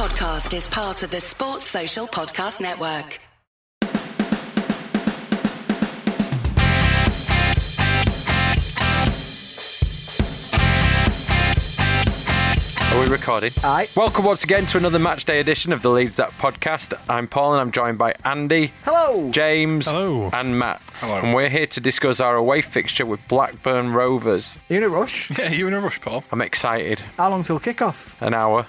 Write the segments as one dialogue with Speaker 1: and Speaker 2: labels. Speaker 1: podcast is part of the Sports Social Podcast Network.
Speaker 2: Are we recording?
Speaker 3: Aye.
Speaker 2: Welcome once again to another match day edition of the Leeds That podcast. I'm Paul and I'm joined by Andy,
Speaker 3: Hello.
Speaker 2: James,
Speaker 4: Hello.
Speaker 2: and Matt.
Speaker 4: Hello.
Speaker 2: And we're here to discuss our away fixture with Blackburn Rovers.
Speaker 3: you in a rush?
Speaker 4: Yeah, you in a rush, Paul?
Speaker 2: I'm excited.
Speaker 3: How long till kickoff?
Speaker 2: An hour.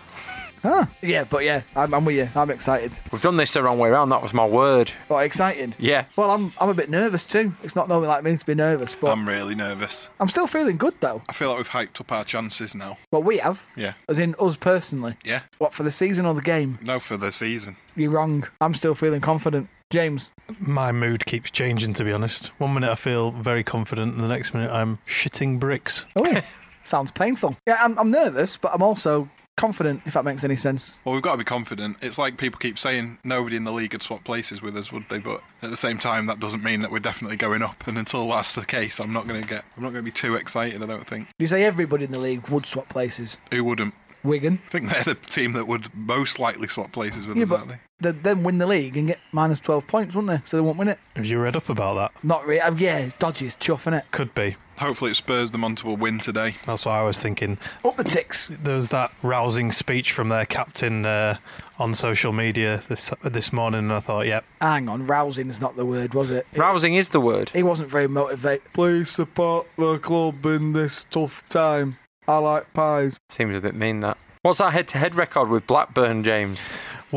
Speaker 3: Huh? Yeah, but yeah, I'm, I'm with you. I'm excited.
Speaker 2: We've done this the wrong way around. That was my word.
Speaker 3: Oh, excited.
Speaker 2: Yeah.
Speaker 3: Well, I'm I'm a bit nervous too. It's not normally like me to be nervous, but
Speaker 4: I'm really nervous.
Speaker 3: I'm still feeling good though.
Speaker 4: I feel like we've hyped up our chances now.
Speaker 3: Well, we have,
Speaker 4: Yeah.
Speaker 3: as in us personally.
Speaker 4: Yeah.
Speaker 3: What for the season or the game?
Speaker 4: No, for the season.
Speaker 3: You're wrong. I'm still feeling confident. James,
Speaker 5: My mood keeps changing, to be honest. One minute I feel very confident, and the next minute I'm shitting bricks.
Speaker 3: oh, sounds painful. Yeah, I'm I'm nervous, but I'm also confident. If that makes any sense.
Speaker 4: Well, we've got to be confident. It's like people keep saying nobody in the league would swap places with us, would they? But at the same time, that doesn't mean that we're definitely going up. And until that's the case, I'm not going to get. I'm not going to be too excited. I don't think.
Speaker 3: You say everybody in the league would swap places.
Speaker 4: Who wouldn't?
Speaker 3: Wigan.
Speaker 4: I think they're the team that would most likely swap places with
Speaker 3: Yeah,
Speaker 4: us,
Speaker 3: but
Speaker 4: aren't they?
Speaker 3: they'd then win the league and get minus 12 points, wouldn't they? So they won't win it.
Speaker 5: Have you read up about that?
Speaker 3: Not really. Um, yeah, it's dodgy. It's chuff, innit?
Speaker 5: Could be.
Speaker 4: Hopefully, it spurs them on to a win today.
Speaker 5: That's what I was thinking.
Speaker 3: Up the ticks.
Speaker 5: There was that rousing speech from their captain uh, on social media this this morning, and I thought, yep,
Speaker 3: Hang on, rousing's not the word, was it?
Speaker 2: Rousing is the word.
Speaker 3: He wasn't very motivated. Please support the club in this tough time. I like pies.
Speaker 2: Seems a bit mean that. What's our head to head record with Blackburn, James?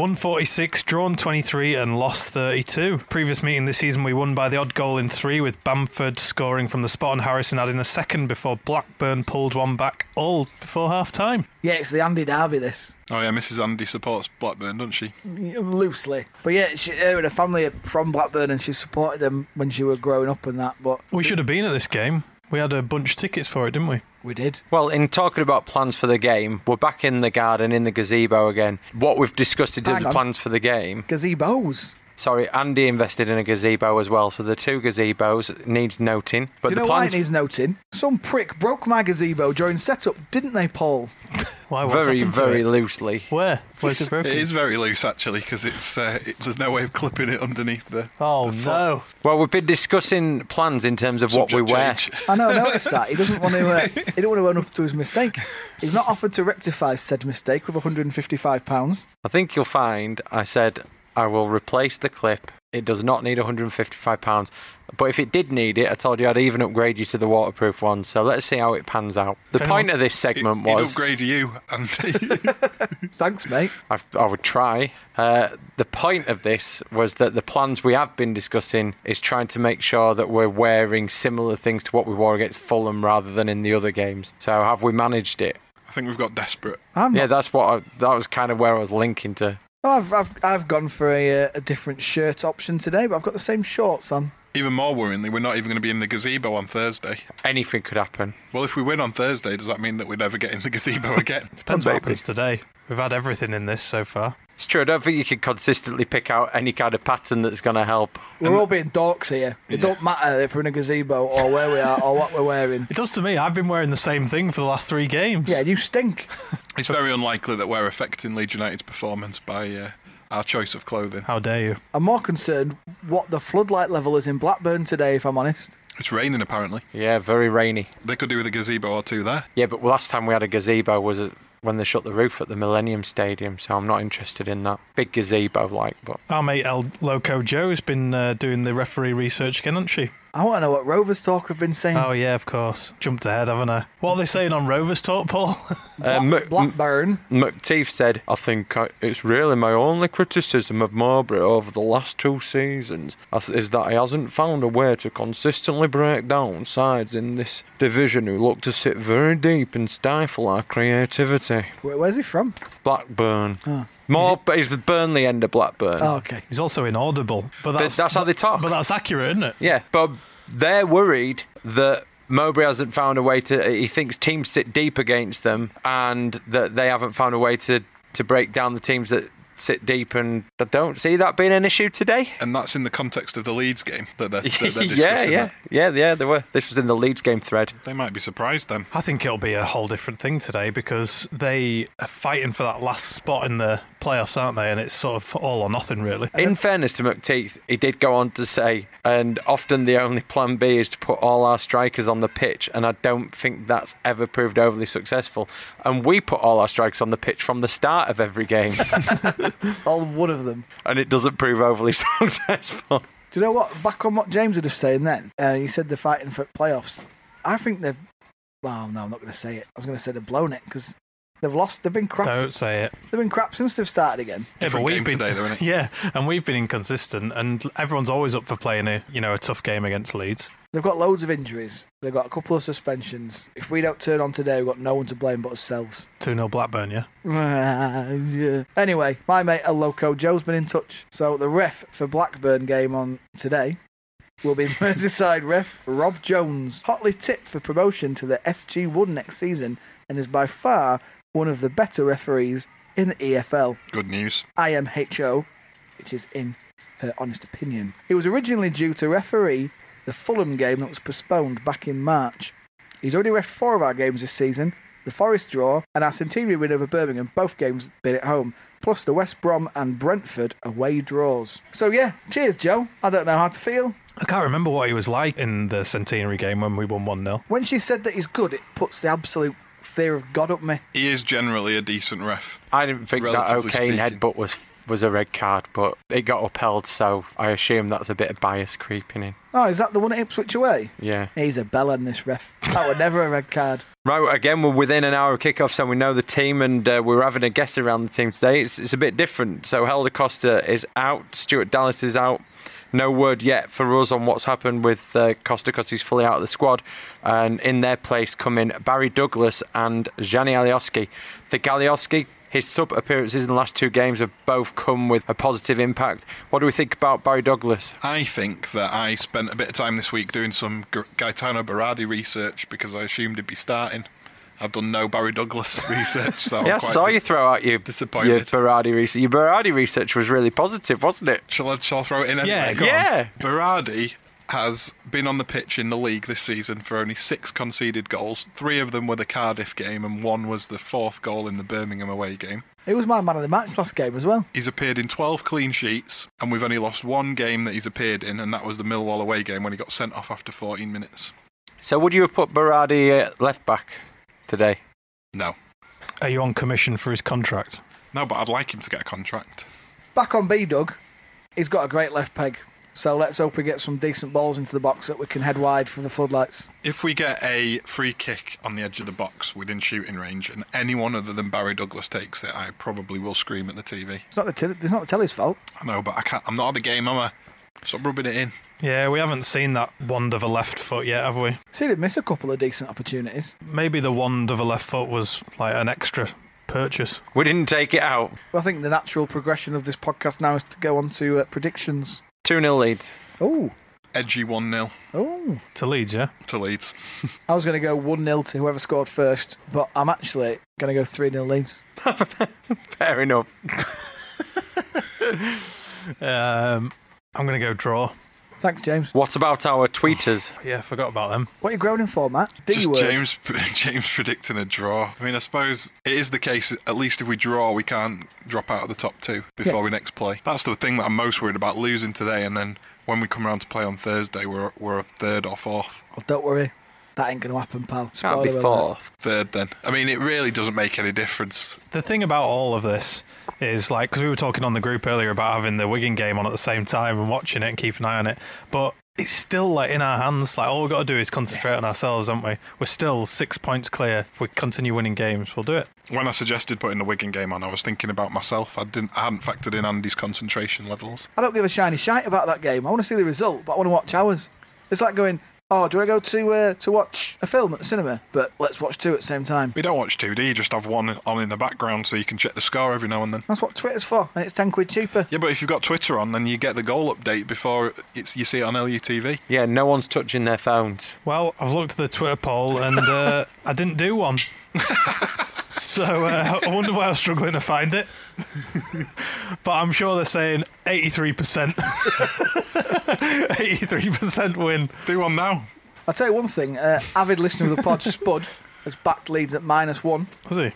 Speaker 5: 146, drawn 23, and lost 32. Previous meeting this season, we won by the odd goal in three, with Bamford scoring from the spot and Harrison adding a second before Blackburn pulled one back, all before half time.
Speaker 3: Yeah, it's the Andy Derby, this.
Speaker 4: Oh yeah, Mrs. Andy supports Blackburn, doesn't she?
Speaker 3: Loosely. But yeah, she, her and her family are from Blackburn and she supported them when she was growing up and that, but
Speaker 5: We should have been at this game. We had a bunch of tickets for it, didn't we?
Speaker 3: we did.
Speaker 2: Well, in talking about plans for the game, we're back in the garden, in the gazebo again. What we've discussed in terms
Speaker 3: Hang
Speaker 2: of
Speaker 3: on.
Speaker 2: plans for the game.
Speaker 3: Gazebos.
Speaker 2: Sorry, Andy invested in a gazebo as well, so the two gazebos needs noting. But
Speaker 3: Do you
Speaker 2: the
Speaker 3: know why
Speaker 2: plans
Speaker 3: it needs noting? Some prick broke my gazebo during setup, didn't they, Paul?
Speaker 5: Why? What's
Speaker 2: very,
Speaker 5: happened to
Speaker 2: very
Speaker 5: it?
Speaker 2: loosely.
Speaker 5: Where? Where's it broken?
Speaker 4: It is very loose actually, because it's uh, it, there's no way of clipping it underneath the.
Speaker 5: Oh no!
Speaker 2: Well, we've been discussing plans in terms of what
Speaker 4: subject
Speaker 2: we wear.
Speaker 4: change.
Speaker 3: I know, I noticed that. He doesn't want to. Uh, he don't want to own up to his mistake. He's not offered to rectify said mistake with 155 pounds.
Speaker 2: I think you'll find I said I will replace the clip. It does not need £155. But if it did need it, I told you I'd even upgrade you to the waterproof one. So let's see how it pans out. The
Speaker 5: If
Speaker 2: point
Speaker 5: anyone-
Speaker 2: of this
Speaker 4: It,
Speaker 2: segment
Speaker 4: it'd
Speaker 2: was
Speaker 4: upgrade you, and
Speaker 3: Thanks, mate.
Speaker 2: I've, I would try. Uh, the point of this was that the plans we have been discussing is trying to make sure that we're wearing similar things to what we wore against Fulham rather than in the other games. So have we managed it?
Speaker 4: I think we've got desperate.
Speaker 3: I'm
Speaker 2: Yeah,
Speaker 3: not,
Speaker 2: that's what I, that was kind of where I was linking to.
Speaker 3: oh, I've, I've I've gone for a, uh, a different shirt option today, but I've got the same shorts on.
Speaker 4: Even more worryingly, we're not even going to be in the gazebo on Thursday.
Speaker 2: Anything could happen.
Speaker 4: Well, if we win on Thursday, does that mean that we never get in the gazebo again?
Speaker 5: Depends what
Speaker 2: baby.
Speaker 5: happens today. We've had everything in this so far.
Speaker 2: It's true. I don't think you can consistently pick out any kind of pattern that's going to help.
Speaker 3: We're all being dorks here. It don't matter if we're in a gazebo or where we are or what we're wearing.
Speaker 5: It does to me. I've been wearing the same thing for the last three games.
Speaker 3: Yeah, you stink.
Speaker 4: it's very unlikely that we're affecting Leeds United's performance by uh, our choice of clothing.
Speaker 5: How dare you?
Speaker 3: I'm more concerned what the floodlight level is in Blackburn today, if I'm honest.
Speaker 4: It's raining, apparently.
Speaker 2: Yeah, very rainy.
Speaker 4: They could do with a gazebo or two there.
Speaker 2: Yeah, but last time we had a gazebo was at- when they shut the roof at the Millennium Stadium, so I'm not interested in that. Big gazebo, like, but
Speaker 5: Our mate El Loco Joe's been uh, doing the referee research again, hasn't she?
Speaker 3: I want to know what Rovers talk have been saying.
Speaker 5: Oh yeah, of course. Jumped ahead, haven't I? What are they saying on Rovers Talk, Paul?
Speaker 2: Uh, M- M-
Speaker 3: Blackburn.
Speaker 2: McTeef said, I think I, it's really my only criticism of Marbury over the last two seasons as- is that he hasn't found a way to consistently break down sides in this division who look to sit very deep and stifle our creativity.
Speaker 3: Where, where's he from?
Speaker 2: Blackburn. More, but he's the Burnley end of Blackburn.
Speaker 3: Oh, okay.
Speaker 5: He's also inaudible, but that's,
Speaker 2: that's how they talk.
Speaker 5: But that's accurate, isn't it?
Speaker 2: Yeah, but they're worried that Mowbray hasn't found a way to. He thinks teams sit deep against them, and that they haven't found a way to to break down the teams that sit deep, and I don't see that being an issue today.
Speaker 4: And that's in the context of the Leeds game that they're, that they're discussing.
Speaker 2: yeah, yeah,
Speaker 4: that.
Speaker 2: yeah, yeah. They were. This was in the Leeds game thread.
Speaker 4: They might be surprised then.
Speaker 5: I think it'll be a whole different thing today because they are fighting for that last spot in the playoffs, aren't they? And it's sort of all or nothing, really.
Speaker 2: In fairness to McTeague, he did go on to say, and often the only plan B is to put all our strikers on the pitch, and I don't think that's ever proved overly successful. And we put all our strikers on the pitch from the start of every game,
Speaker 3: All one of them.
Speaker 2: and it doesn't prove overly successful.
Speaker 3: Do you know what? Back on what James was just saying then, uh, you said they're fighting for playoffs. I think they've. Well, no, I'm not going to say it. I was going to say they've blown it because they've lost. They've been crap.
Speaker 5: Don't say it.
Speaker 3: They've been crap since they've started again.
Speaker 5: Yeah,
Speaker 4: Different
Speaker 5: we've
Speaker 4: game
Speaker 5: been,
Speaker 4: today, though, isn't it?
Speaker 5: Yeah, and we've been inconsistent, and everyone's always up for playing a you know a tough game against Leeds.
Speaker 3: They've got loads of injuries. They've got a couple of suspensions. If we don't turn on today, we've got no one to blame but ourselves.
Speaker 5: Two 0 Blackburn, yeah.
Speaker 3: Yeah. Anyway, my mate El Loco Joe's been in touch. So the ref for Blackburn game on today will be Merseyside ref Rob Jones, hotly tipped for promotion to the SG1 next season, and is by far one of the better referees in the E EFL.
Speaker 4: Good news.
Speaker 3: IMHO, which is in her honest opinion. He was originally due to referee the Fulham game that was postponed back in March. He's already ref four of our games this season the Forest draw and our Centenary win over Birmingham, both games been at home, plus the West Brom and Brentford away draws. So, yeah, cheers, Joe. I don't know how to feel.
Speaker 5: I can't remember what he was like in the centenary game when we won one 0
Speaker 3: When she said that he's good, it puts the absolute fear of God up me.
Speaker 4: He is generally a decent ref.
Speaker 2: I didn't think
Speaker 4: Relatively
Speaker 2: that O'Kane
Speaker 4: speaking.
Speaker 2: headbutt was was a red card, but it got upheld, so I assume that's a bit of bias creeping in.
Speaker 3: Oh, is that the one at Ipswich away?
Speaker 2: Yeah.
Speaker 3: He's a bell end, this ref. That were never a red card.
Speaker 2: Right, again, we're within an hour of kickoff, so we know the team, and uh, we're having a guess around the team today. It's, it's a bit different. So, Helder Costa is out, Stuart Dallas is out. No word yet for us on what's happened with uh, Costa because he's fully out of the squad. And in their place come in Barry Douglas and Gianni Alioski. The Galioski, his sub appearances in the last two games have both come with a positive impact. What do we think about Barry Douglas?
Speaker 4: I think that I spent a bit of time this week doing some G- Gaetano Berardi research because I assumed he'd be starting. I've done no Barry Douglas research, so
Speaker 2: yeah, I
Speaker 4: I'm Oh, quite
Speaker 2: saw you
Speaker 4: dis-
Speaker 2: throw out your, your
Speaker 4: disappointed.
Speaker 2: Berardi research. Your Berardi research was really positive, wasn't it?
Speaker 4: Shall I, shall I throw it in anyway?
Speaker 5: Yeah, go
Speaker 2: on. Yeah.
Speaker 4: Berardi has been on the pitch in the league this season for only six conceded goals. Three of them were the Cardiff game, and one was the fourth goal in the Birmingham away game.
Speaker 3: He was my man of the match last game as well.
Speaker 4: He's appeared in 12 clean sheets, and we've only lost one game that he's appeared in, and that was the Millwall away game when he got sent off after 14 minutes.
Speaker 2: So would you have put Berardi at left back today?
Speaker 4: No.
Speaker 5: Are you on commission for his contract?
Speaker 4: No, but I'd like him to get a contract.
Speaker 3: Back on B Doug, he's got a great left peg. So let's hope we get some decent balls into the box that we can head wide for the floodlights.
Speaker 4: If we get a free kick on the edge of the box within shooting range and anyone other than Barry Douglas takes it, I probably will scream at the TV.
Speaker 3: It's not the te- it's not the telly's fault.
Speaker 4: I know, but I can't. I'm not at the game, am I? Stop rubbing it in.
Speaker 5: Yeah, we haven't seen that wand of a left foot yet, have we?
Speaker 3: See, they miss a couple of decent opportunities.
Speaker 5: Maybe the wand of a left foot was like an extra purchase.
Speaker 2: We didn't take it out.
Speaker 3: But I think the natural progression of this podcast now is to go on to uh, predictions.
Speaker 2: 2 0 lead.
Speaker 3: Oh,
Speaker 4: Edgy 1 0
Speaker 3: oh!
Speaker 5: To Leeds, yeah.
Speaker 4: to Leeds.
Speaker 3: I was going to go one 0 to whoever scored first, but I'm actually going to go three 0 leads.
Speaker 2: Fair enough.
Speaker 5: Um, I'm gonna go draw.
Speaker 3: Thanks, James.
Speaker 2: What about our tweeters?
Speaker 5: Yeah, forgot about them.
Speaker 3: What are you groaning for, Matt? D
Speaker 4: Just
Speaker 3: word.
Speaker 4: James, James predicting a draw. I mean, I suppose it is the case. At least if we draw, we can't drop out of the top two before we next play. That's the thing that I'm most worried about losing today, and then when we come around to play on Thursday, we're we're third or fourth.
Speaker 3: Oh, don't worry, that ain't going to happen, pal.
Speaker 2: Can't be
Speaker 3: Spoiler alert.
Speaker 2: fourth.
Speaker 4: Third, then. I mean, it really doesn't make any difference.
Speaker 5: The thing about all of this is like because we were talking on the group earlier about having the Wigan game on at the same time and watching it and keep an eye on it, but it's still like in our hands. Like all we've got to do is concentrate on ourselves, haven't we? We're still six points clear. If we continue winning games, we'll do it.
Speaker 4: When I suggested putting the Wigan game on, I was thinking about myself. I didn't. I hadn't factored in Andy's concentration levels.
Speaker 3: I don't give a shiny shite about that game. I want to see the result, but I want to watch ours. It's like going, oh, do I go to uh, to watch a film at the cinema? But let's watch two at the same time.
Speaker 4: We don't watch two, do you? Just have one on in the background so you can check the score every now and then.
Speaker 3: That's what Twitter's for, and it's ten quid cheaper.
Speaker 4: Yeah, but if you've got Twitter on, then you get the goal update before it's you see it on LUTV.
Speaker 2: Yeah, no one's touching their phones.
Speaker 5: Well, I've looked at the Twitter poll and uh, I didn't do one. So uh, I wonder why I was struggling to find it. But I'm sure they're saying 83%. 83% win.
Speaker 4: Do one now.
Speaker 3: I'll tell you one thing. Uh, avid listener of the pod, Spud, has backed Leeds at minus one.
Speaker 5: Was he?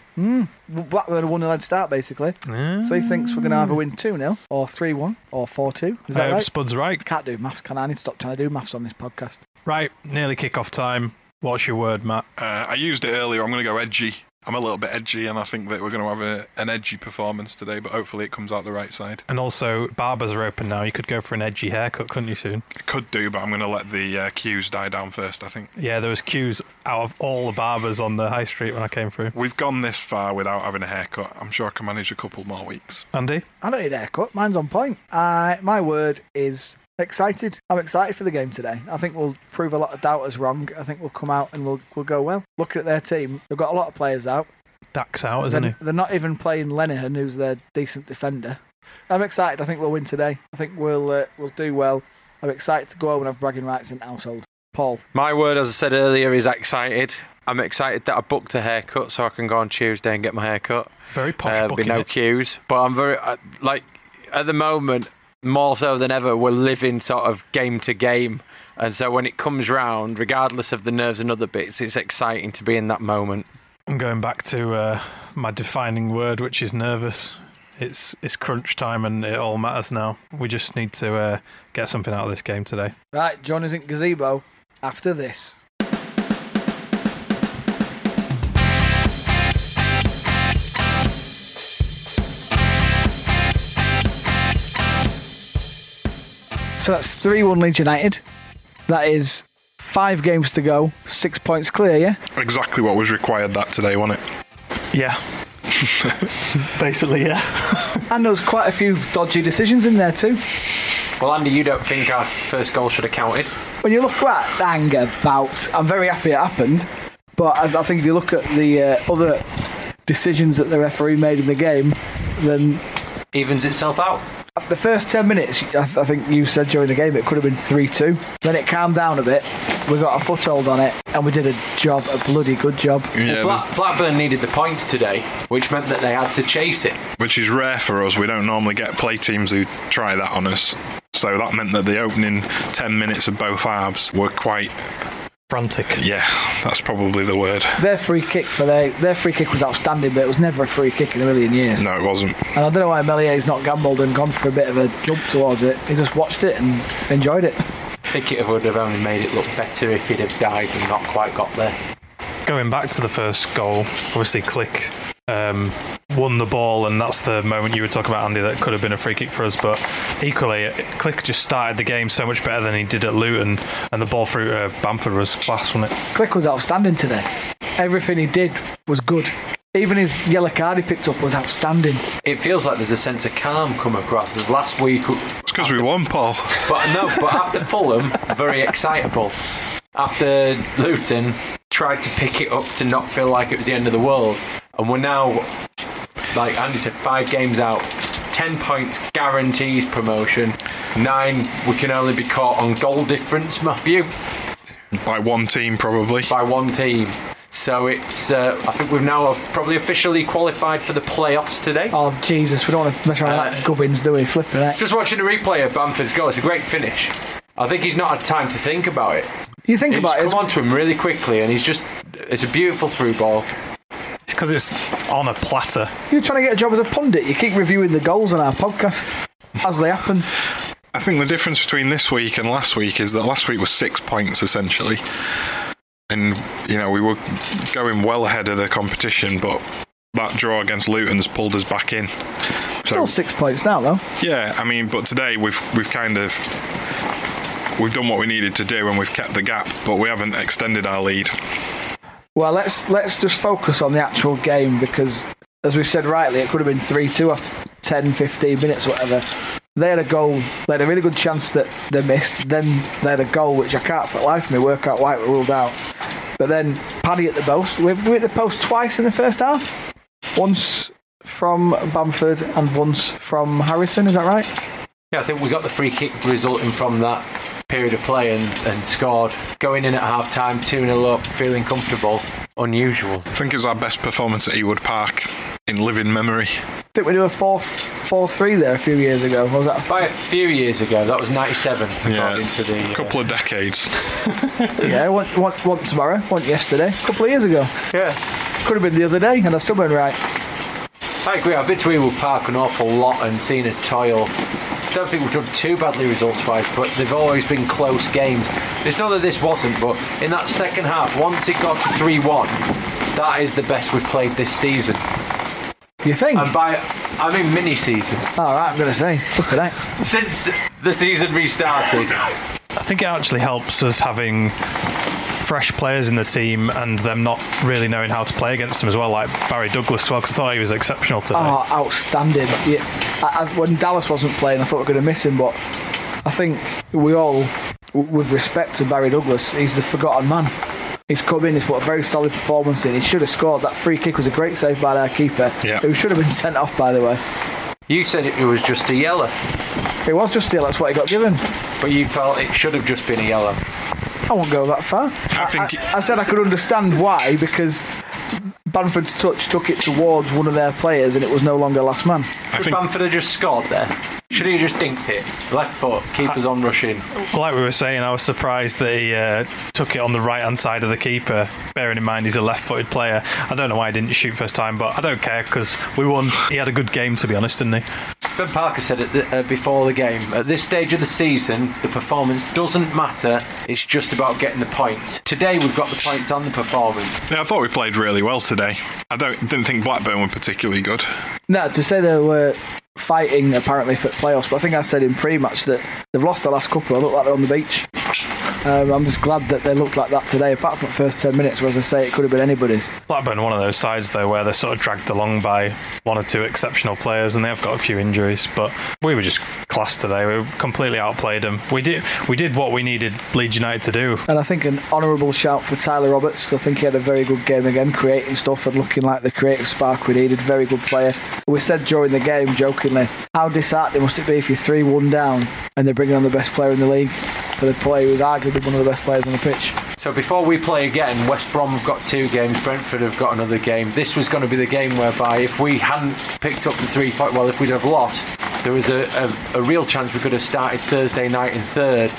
Speaker 3: Blackburn a 1 0 start, basically. So he thinks we're going to either win 2 0 or 3 1 or 4 2. Is that
Speaker 5: Uh,
Speaker 3: right?
Speaker 5: Spud's right.
Speaker 3: Can't do maths, can I? I need to stop trying to do maths on this podcast.
Speaker 5: Right, nearly kick-off time. What's your word, Matt?
Speaker 4: Uh, I used it earlier. I'm going to go edgy. I'm a little bit edgy, and I think that we're going to have a, an edgy performance today, but hopefully it comes out the right side.
Speaker 5: And also, barbers are open now. You could go for an edgy haircut, couldn't you, soon?
Speaker 4: I could do, but I'm going to let the uh, cues die down first, I think.
Speaker 5: Yeah, there was queues out of all the barbers on the high street when I came through.
Speaker 4: We've gone this far without having a haircut. I'm sure I can manage a couple more weeks.
Speaker 5: Andy?
Speaker 3: I don't need a haircut. Mine's on point. I, my word is excited. I'm excited for the game today. I think we'll prove a lot of doubters wrong. I think we'll come out and we'll, we'll go well. Looking at their team, they've got a lot of players out.
Speaker 5: Dax out, isn't he?
Speaker 3: They're- They're not even playing Lenihan, who's their decent defender. I'm excited. I think we'll win today. I think we'll uh, we'll do well. I'm excited to go home and have bragging rights in the household. Paul,
Speaker 2: My word, as I said earlier, is excited. I'm excited that I booked a haircut so I can go on Tuesday and get my haircut.
Speaker 5: Very posh
Speaker 2: Uh, be
Speaker 5: booking
Speaker 2: no
Speaker 5: it.
Speaker 2: queues, but I'm very uh, like at the moment more so than ever we're living sort of game to game, and so when it comes round, regardless of the nerves and other bits, it's exciting to be in that moment.
Speaker 5: I'm going back to uh, my defining word, which is nervous. It's it's crunch time, and it all matters now. We just need to uh, get something out of this game today.
Speaker 3: right? John isn't gazebo. After this, so that's three-one Leeds United. That is five games to go, six points clear. Yeah.
Speaker 4: Exactly what was required that today, wasn't it?
Speaker 5: Yeah. Basically, yeah.
Speaker 3: And there was quite a few dodgy decisions in there too.
Speaker 2: Well, Andy, you don't think our first goal should have counted?
Speaker 3: When you look at anger about, I'm very happy it happened, but I, I think if you look at the uh, other decisions that the referee made in the game, then
Speaker 2: Evens itself out.
Speaker 3: the first 10 minutes, I, th- I think you said during the game it could have been 3 2. Then it calmed down a bit, we got a foothold on it, and we did a job, a bloody good job.
Speaker 4: Yeah,
Speaker 2: Black- Blackburn needed the points today, which meant that they had to chase it.
Speaker 4: which is rare for us. We don't normally get play teams who try that on us. So that meant that the opening 10 minutes of both halves were quite,
Speaker 5: Frantic.
Speaker 4: yeah, that's probably the word.
Speaker 3: Their free kick for their, their free kick was outstanding, but it was never a free kick in a million years.
Speaker 4: No, it wasn't.
Speaker 3: And I don't know why Melier's not gambled and gone for a bit of a jump towards it. He just watched it and enjoyed it.
Speaker 2: I think it would have only made it look better if he'd have died and not quite got there.
Speaker 5: Going back to the first goal, obviously, Click um, won the ball, and that's the moment you were talking about, Andy, that could have been a free kick for us. But equally, Click just started the game so much better than he did at Luton, and the ball through uh, Bamford was class, wasn't it?
Speaker 3: Click was outstanding today. Everything he did was good. Even his yellow card he picked up was outstanding.
Speaker 2: It feels like there's a sense of calm come across. Last week,
Speaker 4: It's because we won, Paul.
Speaker 2: But no, but after Fulham, very excitable. After Luton, tried to pick it up to not feel like it was the end of the world. And we're now, like Andy said, five games out. Ten points guarantees promotion. Nine, we can only be caught on goal difference, Matthew,
Speaker 4: By one team, probably.
Speaker 2: by one team. So it's, uh, I think we've now probably officially qualified for the playoffs today.
Speaker 3: Oh Jesus, we don't want to mess around with
Speaker 2: Uh,
Speaker 3: that gubbins, do we? Flipping it. eh?
Speaker 2: Just watching the replay of Bamford's goal, it's a great finish. I think he's not had time to think about it.
Speaker 3: You think
Speaker 2: It's
Speaker 3: about it.
Speaker 2: come on to him really quickly, and he's just—it's a beautiful through ball.
Speaker 5: It's because it's on a platter.
Speaker 3: You're trying to get a job as a pundit. You keep reviewing the goals on our podcast as they happen.
Speaker 4: I think the difference between this week and last week is that last week was six points essentially, and you know we were going well ahead of the competition, but that draw against Luton's pulled us back in. So
Speaker 3: Still six points now though.
Speaker 4: yeah, I mean, but today we've we've kind of we've done what we needed to do and we've kept the gap, but we haven't extended our lead.
Speaker 3: Well, let's let's just focus on the actual game because, as we said rightly, it could have been three-two after 10, 15 minutes, whatever. They had a goal. They had a really good chance that they missed. Then they had a goal which I can't for the life of me work out why it was ruled out. But then Paddy at the post. We we hit the post twice in the first half. Once from Bamford and once from Harrison. Is that right?
Speaker 2: Yeah, I think we got the free kick resulting from that. period of play and, and scored. Going in at half time, 2 0 up, feeling comfortable. Unusual.
Speaker 4: I think it was our best performance at Ewood Park in living memory.
Speaker 3: I think we did a 4 4 3 there a few years ago. Or was that a
Speaker 2: By a few years ago, that was 97, according to the. uh,
Speaker 4: a couple of decades.
Speaker 3: Yeah, one, one, one tomorrow, one yesterday, a couple of years ago.
Speaker 2: yeah.
Speaker 3: Could have been the other day, and I still been right.
Speaker 2: I agree. I've been to Ewood Park an awful lot and seen us toil. Don't think we've done too badly results wise, but they've always been close games. It's not that this wasn't, but in that second half, once it got to 3 1, that is the best we've played this season.
Speaker 3: You think?
Speaker 2: And by, I mean mini season.
Speaker 3: All right, I'm going to say. Look at that.
Speaker 2: Since the season restarted,
Speaker 5: I think it actually helps us having fresh players in the team and them not really knowing how to play against them as well, like Barry Douglas as well, 'cause I thought he was exceptional today.
Speaker 3: Oh, outstanding. Yeah. I, I, when Dallas wasn't playing, I thought we were going to miss him, but I think we all, w- with respect to Barry Douglas, he's the forgotten man. He's come in, he's put a very solid performance in. He should have scored. That free kick was a great save by our keeper,
Speaker 4: Yeah.
Speaker 3: who should have been sent off, by the way.
Speaker 2: you said it was just a yellow,
Speaker 3: It was just still, that's what he got given.
Speaker 2: but you felt it should have just been a yellow.
Speaker 3: I won't go that far.
Speaker 4: I think
Speaker 3: I said I could understand why, because Banford's touch took it towards one of their players and it was no longer last man.
Speaker 4: I
Speaker 2: Could
Speaker 4: think
Speaker 2: Bamford have just scored there? Should he have just dinked it? Left foot, keepers on rushing.
Speaker 5: Like we were saying, I was surprised that he uh, took it on the right hand side of the keeper, bearing in mind he's a left footed player. I don't know why he didn't shoot first time, but I don't care because we won. He had a good game, to be honest, didn't he?
Speaker 2: Ben Parker said it uh, before the game. At this stage of the season, the performance doesn't matter. It's just about getting the points. Today, we've got the points and the performance.
Speaker 4: yeah, I thought we played really well today. I don't didn't think Blackburn were particularly good.
Speaker 3: No, to say they were fighting apparently for playoffs, but I think I said in pre-match that they've lost the last couple. I look like they're on the beach. Um, I'm just glad that they looked like that today, apart from the first 10 minutes, where, as I say, it could have been anybody's.
Speaker 5: Blackburn, one of those sides, though, where they're sort of dragged along by one or two exceptional players and they have got a few injuries, but we were just class today. We completely outplayed them. We did, we did what we needed Leeds United to do.
Speaker 3: And I think an honourable shout for Tyler Roberts, 'cause I think he had a very good game again, creating stuff and looking like the creative spark we needed. Very good player. We said during the game, jokingly, how disheartening must it be if you're 3 1 down and they're bringing on the best player in the league for the player who's arguably one of the best players on the pitch?
Speaker 2: So before we play again, West Brom have got two games, Brentford have got another game. This was going to be the game whereby if we hadn't picked up the three point, well, if we'd have lost, there was a, a, a real chance we could have started Thursday night in third.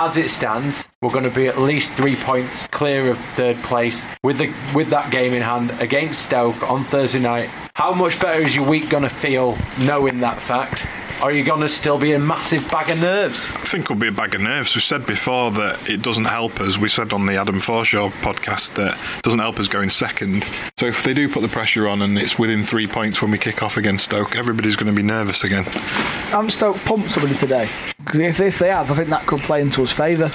Speaker 2: As it stands, we're going to be at least three points clear of third place with the with that game in hand against Stoke on Thursday night. How much better is your week going to feel knowing that fact? Or are you going to still be a massive bag of nerves?
Speaker 4: I think we'll be a bag of nerves. We've said before that it doesn't help us. We said on the Adam Forshaw podcast that it doesn't help us going second. So if they do put the pressure on and it's within three points when we kick off against Stoke, everybody's going to be nervous again.
Speaker 3: I'm Stoke pumped somebody today. Because if, if they have, I think that could play into his favour.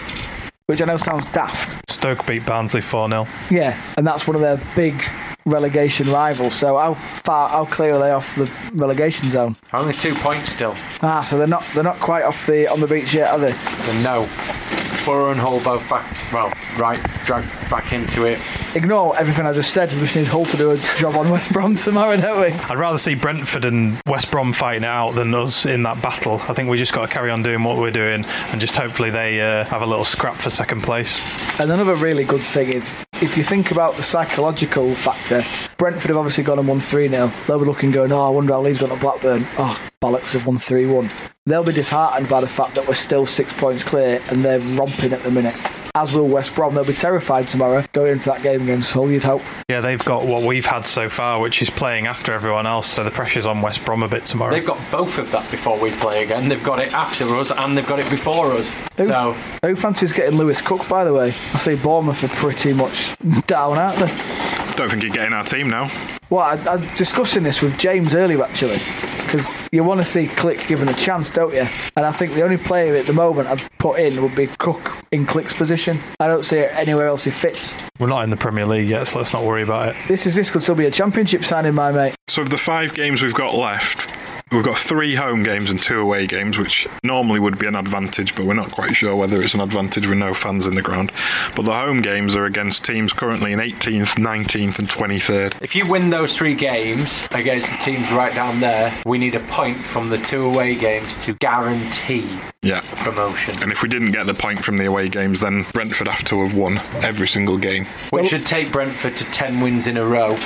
Speaker 3: Which I know sounds daft.
Speaker 5: Stoke beat Barnsley 4 0.
Speaker 3: Yeah, and that's one of their big relegation rivals. So how far, how clear are they off the relegation zone?
Speaker 2: Only two points still.
Speaker 3: Ah, so they're not, they're not quite off the on the beach yet, are they?
Speaker 2: And no, Borough and Hull both back, well, right, dragged back into it.
Speaker 3: Ignore everything I just said. We just need Hull to do a job on West Brom tomorrow, don't we?
Speaker 5: I'd rather see Brentford and West Brom fighting it out than us in that battle. I think we just got to carry on doing what we're doing and just hopefully they uh, have a little scrap for second place.
Speaker 3: And another really good thing is, if you think about the psychological factor, Brentford have obviously gone and won 3 0. They'll be looking, going, oh, I wonder how Leeds got to Blackburn. Oh, bollocks, have won 3 1. They'll be disheartened by the fact that we're still six points clear and they're romping at the minute. As will West Brom. They'll be terrified tomorrow going into that game against Hull, you'd hope.
Speaker 5: Yeah, they've got what we've had so far, which is playing after everyone else, so the pressure's on West Brom a bit tomorrow.
Speaker 2: They've got both of that before we play again. They've got it after us and they've got it before us.
Speaker 3: Who,
Speaker 2: So,
Speaker 3: who fancies getting Lewis Cook, by the way? I see Bournemouth are pretty much down, aren't they?
Speaker 4: Don't think you're getting our team now.
Speaker 3: Well, I, I'm discussing this with James earlier actually, because you want to see Click given a chance, don't you? And I think the only player at the moment I'd put in would be Cook in Click's position. I don't see anywhere else he fits.
Speaker 5: We're not in the Premier League yet, so let's not worry about it.
Speaker 3: This is this could still be a championship signing, my mate.
Speaker 4: So of the five games we've got left, we've got three home games and two away games, which normally would be an advantage, but we're not quite sure whether it's an advantage with no fans in the ground. But the home games are against teams currently in 18th, 19th, and 23rd.
Speaker 2: if you win those three games against the teams right down there, we need a point from the two away games to guarantee
Speaker 4: Yeah.
Speaker 2: promotion,
Speaker 4: And if we didn't get the point from the away games, then Brentford have to have won every single game.
Speaker 2: which should take Brentford to 10 wins in a row.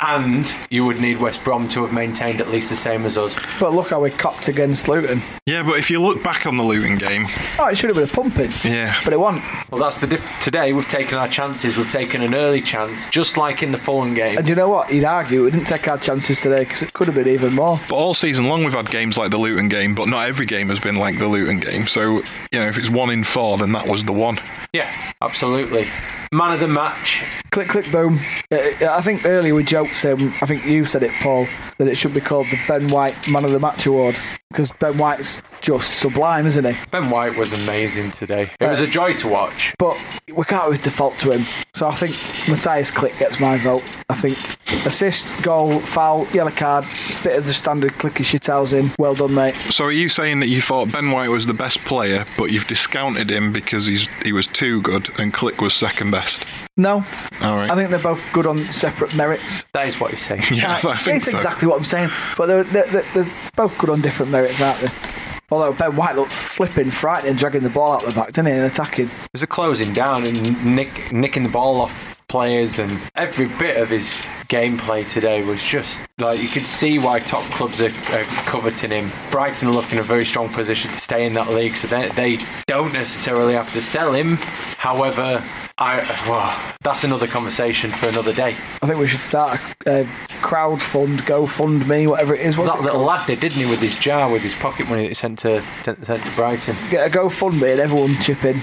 Speaker 2: And you would need West Brom to have maintained at least the same as us.
Speaker 3: But look how we copped against Luton.
Speaker 4: Yeah, but if you look back on the Luton game,
Speaker 3: Oh, it should have been a pumping.
Speaker 4: Yeah.
Speaker 3: But it wasn't.
Speaker 2: Well, that's the diff. Today, we've taken our chances. We've taken an early chance, just like in the Fulham game.
Speaker 3: And you know what? You'd argue we didn't take our chances today because it could have been even more.
Speaker 4: but all season long we've had games like the Luton game, but not every game has been like the Luton game. So, you know, if it's one in four, then that was the one.
Speaker 2: Yeah, absolutely. Man of the match.
Speaker 3: Click, click, boom. Uh, I think earlier we joked, um, I think you said it, Paul, that it should be called the Ben White Man of the Match Award because Ben White's just sublime, isn't he?
Speaker 2: Ben White was amazing today. It was a joy to watch.
Speaker 3: But we can't always default to him. So I think Matthias Click gets my vote. I think assist, goal, foul, yellow card, bit of the standard clicky shithouse in. Well done, mate.
Speaker 4: So, are you saying that you thought Ben White was the best player, but you've discounted him because he's he was too good and Click was second best?
Speaker 3: No,
Speaker 4: All right.
Speaker 3: I think they're both good on separate merits.
Speaker 2: That is what he's saying.
Speaker 4: yeah, I think
Speaker 3: That's
Speaker 4: so.
Speaker 3: exactly what I'm saying. But they're, they're, they're, they're both good on different merits, aren't they? Although Ben White looked flipping frightening, dragging the ball out the back, didn't he, and attacking.
Speaker 2: It was a closing down and nick, nicking the ball off players and every bit of his gameplay today was just like you could see why top clubs are, are coveting him. Brighton look in a very strong position to stay in that league, so they, they don't necessarily have to sell him. However, I well, that's another conversation for another day.
Speaker 3: I think we should start a, a crowd fund, GoFundMe, whatever it is. What's
Speaker 2: That
Speaker 3: it
Speaker 2: little
Speaker 3: called?
Speaker 2: lad did, didn't he, with his jar, with his pocket money that he sent to sent sent to Brighton.
Speaker 3: Get a GoFundMe and everyone chip in.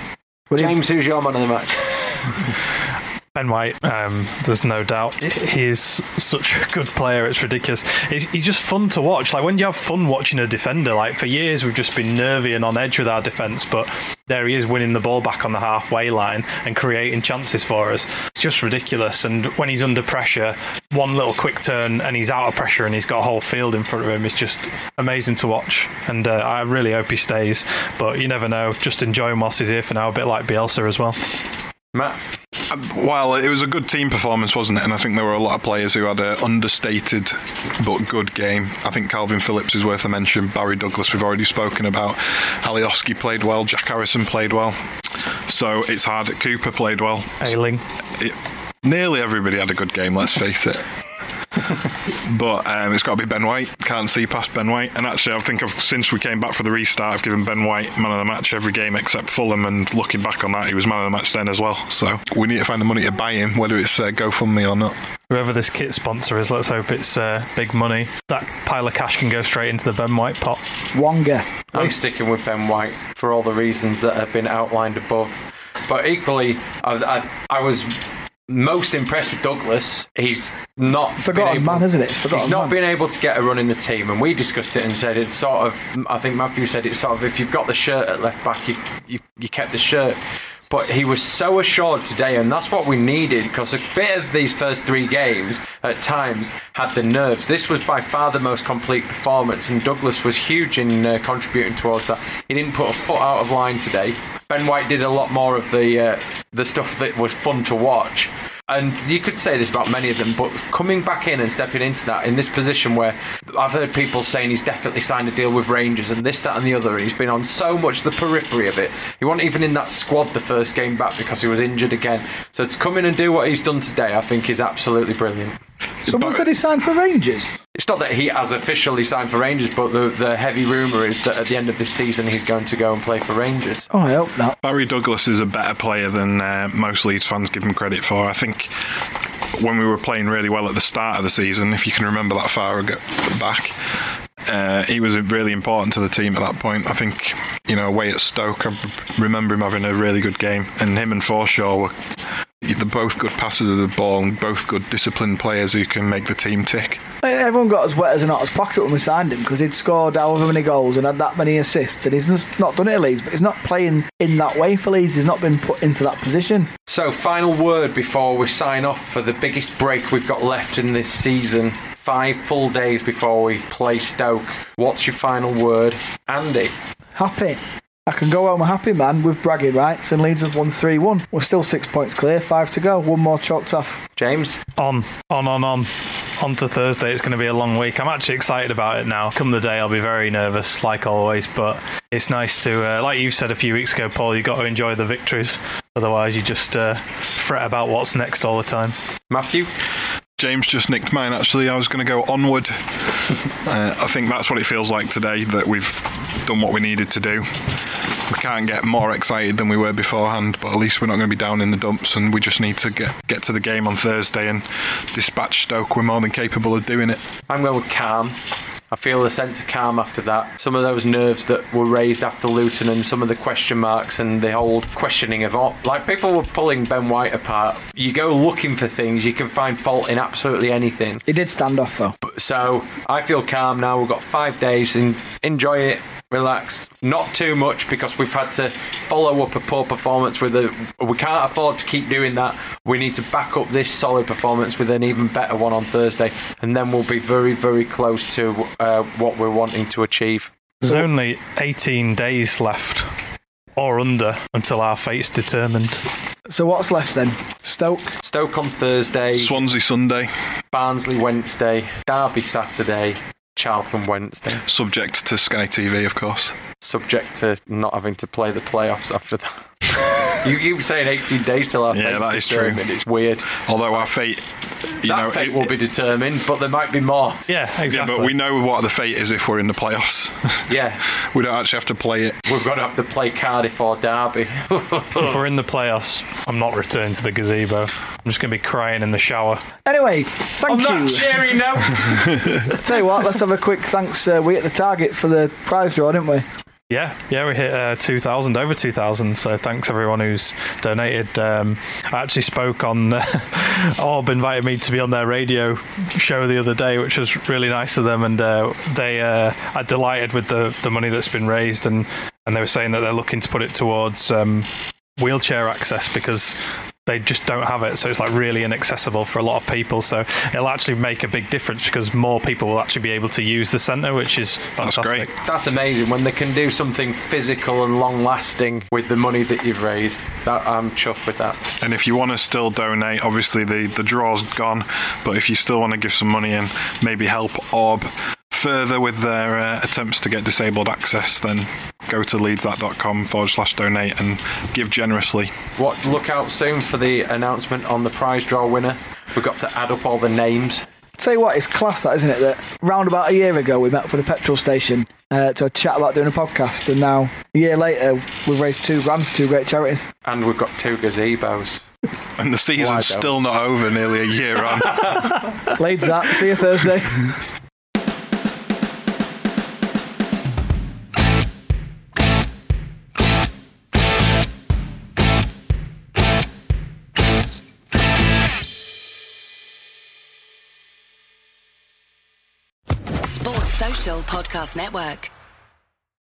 Speaker 3: Would it-
Speaker 2: James, who's your man of the match?
Speaker 5: Ben White, um, there's no doubt. He's such a good player. It's ridiculous. He's he's just fun to watch. Like, when do you have fun watching a defender? Like, for years, we've just been nervy and on edge with our defence, but there he is winning the ball back on the halfway line and creating chances for us. It's just ridiculous. And when he's under pressure, one little quick turn and he's out of pressure and he's got a whole field in front of him. It's just amazing to watch. And uh, I really hope he stays, but you never know. Just enjoy him whilst he's here for now, a bit like Bielsa as well.
Speaker 2: Matt,
Speaker 4: Uh, Well, it was a good team performance, wasn't it? And I think there were a lot of players who had an understated but good game. I think Calvin Phillips is worth a mention. Barry Douglas, we've already spoken about. Alioski played well. Jack Harrison played well. So it's hard. Cooper played well.
Speaker 5: Ailing.
Speaker 4: It, nearly everybody had a good game, let's face it. But um, it's got to be Ben White. Can't see past Ben White. And actually, I think I've, since we came back for the restart, I've given Ben White man of the match every game except Fulham. And looking back on that, he was man of the match then as well. So we need to find the money to buy him, whether it's uh, GoFundMe or not.
Speaker 5: whoever this kit sponsor is, let's hope it's uh, big money. That pile of cash can go straight into the Ben White pot.
Speaker 3: Wonga.
Speaker 2: I'm sticking with Ben White for all the reasons that have been outlined above. But equally, I, I, I was most impressed with Douglas. He's not been
Speaker 3: Forgotten
Speaker 2: able-
Speaker 3: man, isn't it? It's forgotten
Speaker 2: He's not
Speaker 3: man.
Speaker 2: been able to get a run in the team, and we discussed it and said it's sort of. I think Matthew said it's sort of if you've got the shirt at left back, you you, you kept the shirt. But he was so assured today, and that's what we needed because a bit of these first three games at times had the nerves. This was by far the most complete performance, and Douglas was huge in uh, contributing towards that. He didn't put a foot out of line today. Ben White did a lot more of the uh, the stuff that was fun to watch. And you could say this about many of them, but coming back in and stepping into that in this position where I've heard people saying he's definitely signed a deal with Rangers and this, that, and the other, and he's been on so much the periphery of it. He wasn't even in that squad the first game back because he was injured again. So to come in and do what he's done today, I think is absolutely brilliant.
Speaker 3: Someone said he signed for Rangers.
Speaker 2: It's not that he has officially signed for Rangers, but the, the heavy rumour is that at the end of this season he's going to go and play for Rangers.
Speaker 3: Oh, I hope not.
Speaker 4: Barry Douglas is a better player than uh, most Leeds fans give him credit for. I think when we were playing really well at the start of the season, if you can remember that far ago, back, uh, he was really important to the team at that point. I think, you know, away at Stoke, I remember him having a really good game, and him and Forshaw were they're both good passes of the ball and both good disciplined players who can make the team tick.
Speaker 3: Like, Everyone got as wet as an otter's pocket when we signed him because he'd scored however many goals and had that many assists, and he's just not done it at Leeds. But he's not playing in that way for Leeds. He's not been put into that position.
Speaker 2: So, final word before we sign off for the biggest break we've got left in this season. Five full days before we play Stoke. What's your final word, Andy?
Speaker 3: happy. I can go home a happy man with bragging rights, and Leeds have won 3 1. We're still six points clear, five to go, one more chalked off.
Speaker 2: James?
Speaker 5: On, on, on, on. On to Thursday, it's going to be a long week. I'm actually excited about it now. Come the day, I'll be very nervous, like always, but it's nice to, uh, like you said a few weeks ago, Paul, you got to enjoy the victories. Otherwise, you just uh, fret about what's next all the time.
Speaker 6: Matthew?
Speaker 4: James just nicked mine. Actually, I was going to go onward. uh, I think that's what it feels like today that we've done what we needed to do. We can't get more excited than we were beforehand, but at least we're not going to be down in the dumps, and we just need to get get to the game on Thursday and dispatch Stoke. We're more than capable of doing it.
Speaker 2: I'm going with calm. I feel a sense of calm after that. Some of those nerves that were raised after Luton and some of the question marks and the whole questioning of all. Like, people were pulling Ben White apart. You go looking for things, you can find fault in absolutely anything.
Speaker 3: He did stand off though.
Speaker 2: So, I feel calm now. We've got five days and enjoy it. Relax, not too much because we've had to follow up a poor performance with a. We can't afford to keep doing that. We need to back up this solid performance with an even better one on Thursday, and then we'll be very, very close to uh, what we're wanting to achieve.
Speaker 5: There's only 18 days left or under until our fate's determined.
Speaker 3: So what's left then? Stoke.
Speaker 2: Stoke on Thursday,
Speaker 4: Swansea Sunday,
Speaker 2: Barnsley Wednesday, Derby Saturday, Charlton Wednesday.
Speaker 4: subject to Sky TV, of course.
Speaker 2: Subject to not having to play the playoffs after that. you keep saying 18 days till our
Speaker 4: Yeah,
Speaker 2: fate's
Speaker 4: that is true.
Speaker 2: determined. It's weird.
Speaker 4: Although our fate, you
Speaker 2: that
Speaker 4: know,
Speaker 2: fate
Speaker 4: it-
Speaker 2: will be determined, but there might be more.
Speaker 5: Yeah,
Speaker 4: Yeah,
Speaker 5: exactly.
Speaker 4: but we know what the fate is if we're in the playoffs.
Speaker 2: Yeah,
Speaker 4: we don't actually have to play it.
Speaker 2: we're going to have to play Cardiff or Derby.
Speaker 5: If we're in the playoffs, I'm not returning to the gazebo. I'm just going to be crying in the shower.
Speaker 3: Anyway, thank
Speaker 2: On
Speaker 3: you.
Speaker 2: that cheery note,
Speaker 3: Tell you what, let's have a quick thanks. Uh, we hit the target for the prize draw, didn't we?
Speaker 5: Yeah, yeah, we hit uh, 2,000, over 2,000. So thanks everyone who's donated. Um, I actually spoke on, uh, Orb invited me to be on their radio show the other day, which was really nice of them. And uh, they uh, are delighted with the, the money that's been raised. And, and they were saying that they're looking to put it towards um, wheelchair access because they just don't have it. So it's like really inaccessible for a lot of people. So it'll actually make a big difference because more people will actually be able to use the centre, which is
Speaker 4: That's
Speaker 5: fantastic.
Speaker 4: great.
Speaker 2: that's amazing when they can do something physical and long lasting with the money that you've raised. That I'm chuffed with that.
Speaker 4: And if you want to still donate, obviously the, the draw's gone, but if you still want to give some money and maybe help Orb further with their uh, attempts to get disabled access, then go to leadsthat.com forward slash donate and give generously.
Speaker 2: What look out soon for the announcement on the prize draw winner. We've got to add up all the names.
Speaker 3: Tell you what, it's class that, isn't it? That round about a year ago we met up at a petrol station uh, to chat about doing a podcast, and now a year later we've raised two grand for two great charities.
Speaker 2: And we've got two gazebos.
Speaker 4: And
Speaker 2: Why
Speaker 4: the season's
Speaker 2: don't-
Speaker 4: still not over, nearly a year on.
Speaker 3: Leads that. See you Thursday.
Speaker 1: Sports Social Podcast Network.